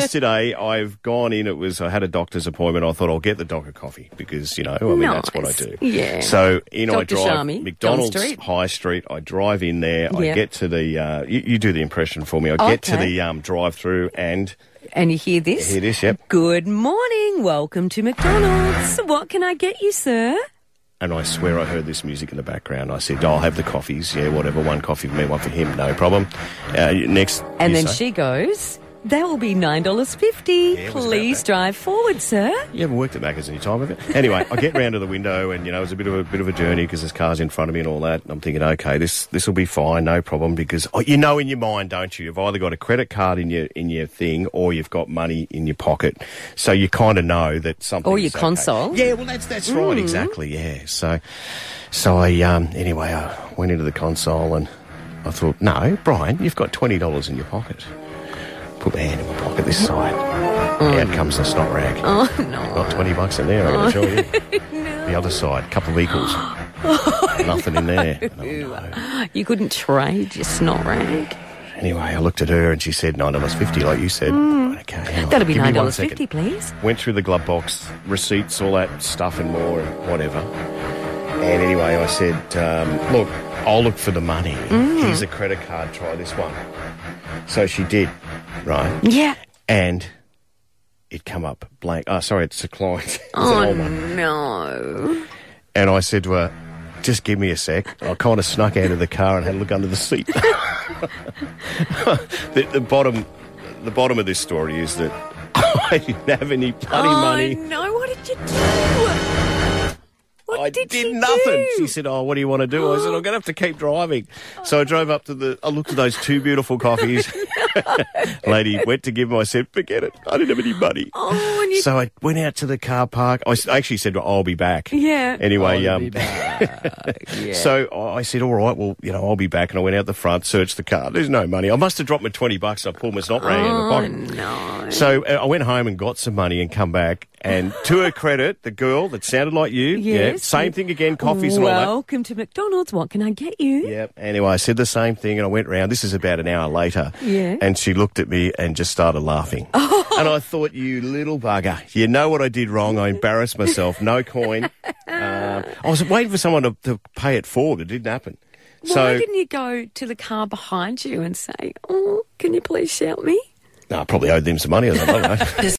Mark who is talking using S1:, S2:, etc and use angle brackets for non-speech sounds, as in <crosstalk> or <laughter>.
S1: yesterday I've gone in. It was I had a doctor's appointment. I thought I'll get the doctor coffee because you know I mean that's what I
S2: Nice.
S1: do.
S2: Yeah.
S1: So in I
S2: Dr.
S1: drive
S2: Shami,
S1: McDonald's
S2: John Street.
S1: High Street. I drive in there. I
S2: Yeah.
S1: get to the. Uh, you, you do the impression for me. I get to
S2: Okay.
S1: the um, drive-through and
S2: And you hear this?
S1: here it is. Yep.
S2: Good morning. Welcome to McDonald's. What can I get you, sir?
S1: And I swear I heard this music in the background. I said, "Oh, "I'll have the coffees. Yeah, whatever. One coffee for me, one for him. No problem." Uh, next.
S2: And
S1: you
S2: then
S1: say.
S2: she goes, That will be $9.50.
S1: Yeah, it was about
S2: Please
S1: that.
S2: drive forward, sir. <gasps>
S1: You haven't worked at Macca's any time, have you? Anyway, I get round to the window, and you know it was a bit of a bit of a journey because there's cars in front of me and all that. And I'm thinking, okay, this this will be fine, no problem, because oh, you know in your mind, don't you? You've either got a credit card in your in your thing, or you've got money in your pocket, so you kind of know that something.
S2: Or your
S1: is okay.
S2: console. Mm.
S1: Yeah, well, that's that's right, exactly. Yeah, so so I um anyway, I went into the console and I thought, no, Brian, you've got twenty dollars in your pocket. Put my hand in my pocket this side. Out comes the snot rag.
S2: Mm. Oh, no.
S1: Got 20 bucks in there,
S2: Oh.
S1: I gotta tell
S2: <laughs>
S1: you. The other side, couple of equals. Nothing in there.
S2: <laughs>
S1: And I went, "No."
S2: You couldn't trade your snot rag.
S1: Anyway, I looked at her and she said $9.50, like you said. Okay. hang on,
S2: Hmm. That'll be
S1: give me one second.
S2: $9.50, please.
S1: Went through the glove box, receipts, all that stuff and more, and whatever. And anyway, I said, um, look, I'll look for the money.
S2: Hmm.
S1: Here's a credit card, try this one. So she did, right?
S2: Yeah.
S1: And it come up blank. Oh, sorry, it's declined. <laughs> It's an
S2: Oh,
S1: old one.
S2: no.
S1: And I said to her, just give me a sec. I kind of snuck out of the car and had a look under the seat. <laughs> the, the bottom, the bottom of this story is that <laughs> I didn't have any bloody
S2: oh,
S1: money.
S2: no. What did you do? What
S1: I
S2: did,
S1: did,
S2: you
S1: nothing.
S2: do?
S1: She said, "Oh, what do you want to do?" I said, "I'm going to have to keep driving." So I drove up to the. I looked at those two beautiful
S2: <laughs>
S1: coffees. <laughs> Lady went to give them. I said, "Forget it. I didn't have any money."
S2: Oh, and you
S1: So I went out to the car park. I s- I actually said, well, "I'll be back."
S2: Yeah.
S1: Anyway,
S3: I'll
S1: um,
S3: be
S1: <laughs>
S3: back. Yeah.
S1: So I I said, all right, well, you know, I'll be back. And I went out the front, searched the car. There's no money. I must have dropped my 20 bucks. I pulled my snot ring in the pocket.
S2: Oh, no.
S1: So uh, I went home and got some money and come back. And to her credit, the girl that sounded like you, yeah,
S2: Yes.
S1: same thing again, coffees and all that.
S2: Welcome to McDonald's. What can I get you?
S1: Yep. Anyway, I said the same thing and I went round. This is about an hour later.
S2: Yeah. Oh.
S1: And she looked at me and just started
S2: <laughs>
S1: laughing. And I thought, you little bugger. You know what I did wrong. I embarrassed myself. No coin. Uh, I was waiting for someone to, to pay it forward. It didn't happen.
S2: Why didn't you go to the car behind you and say, "Oh, can you please shout me?" <laughs>
S1: No, I probably owed them some money. I don't know.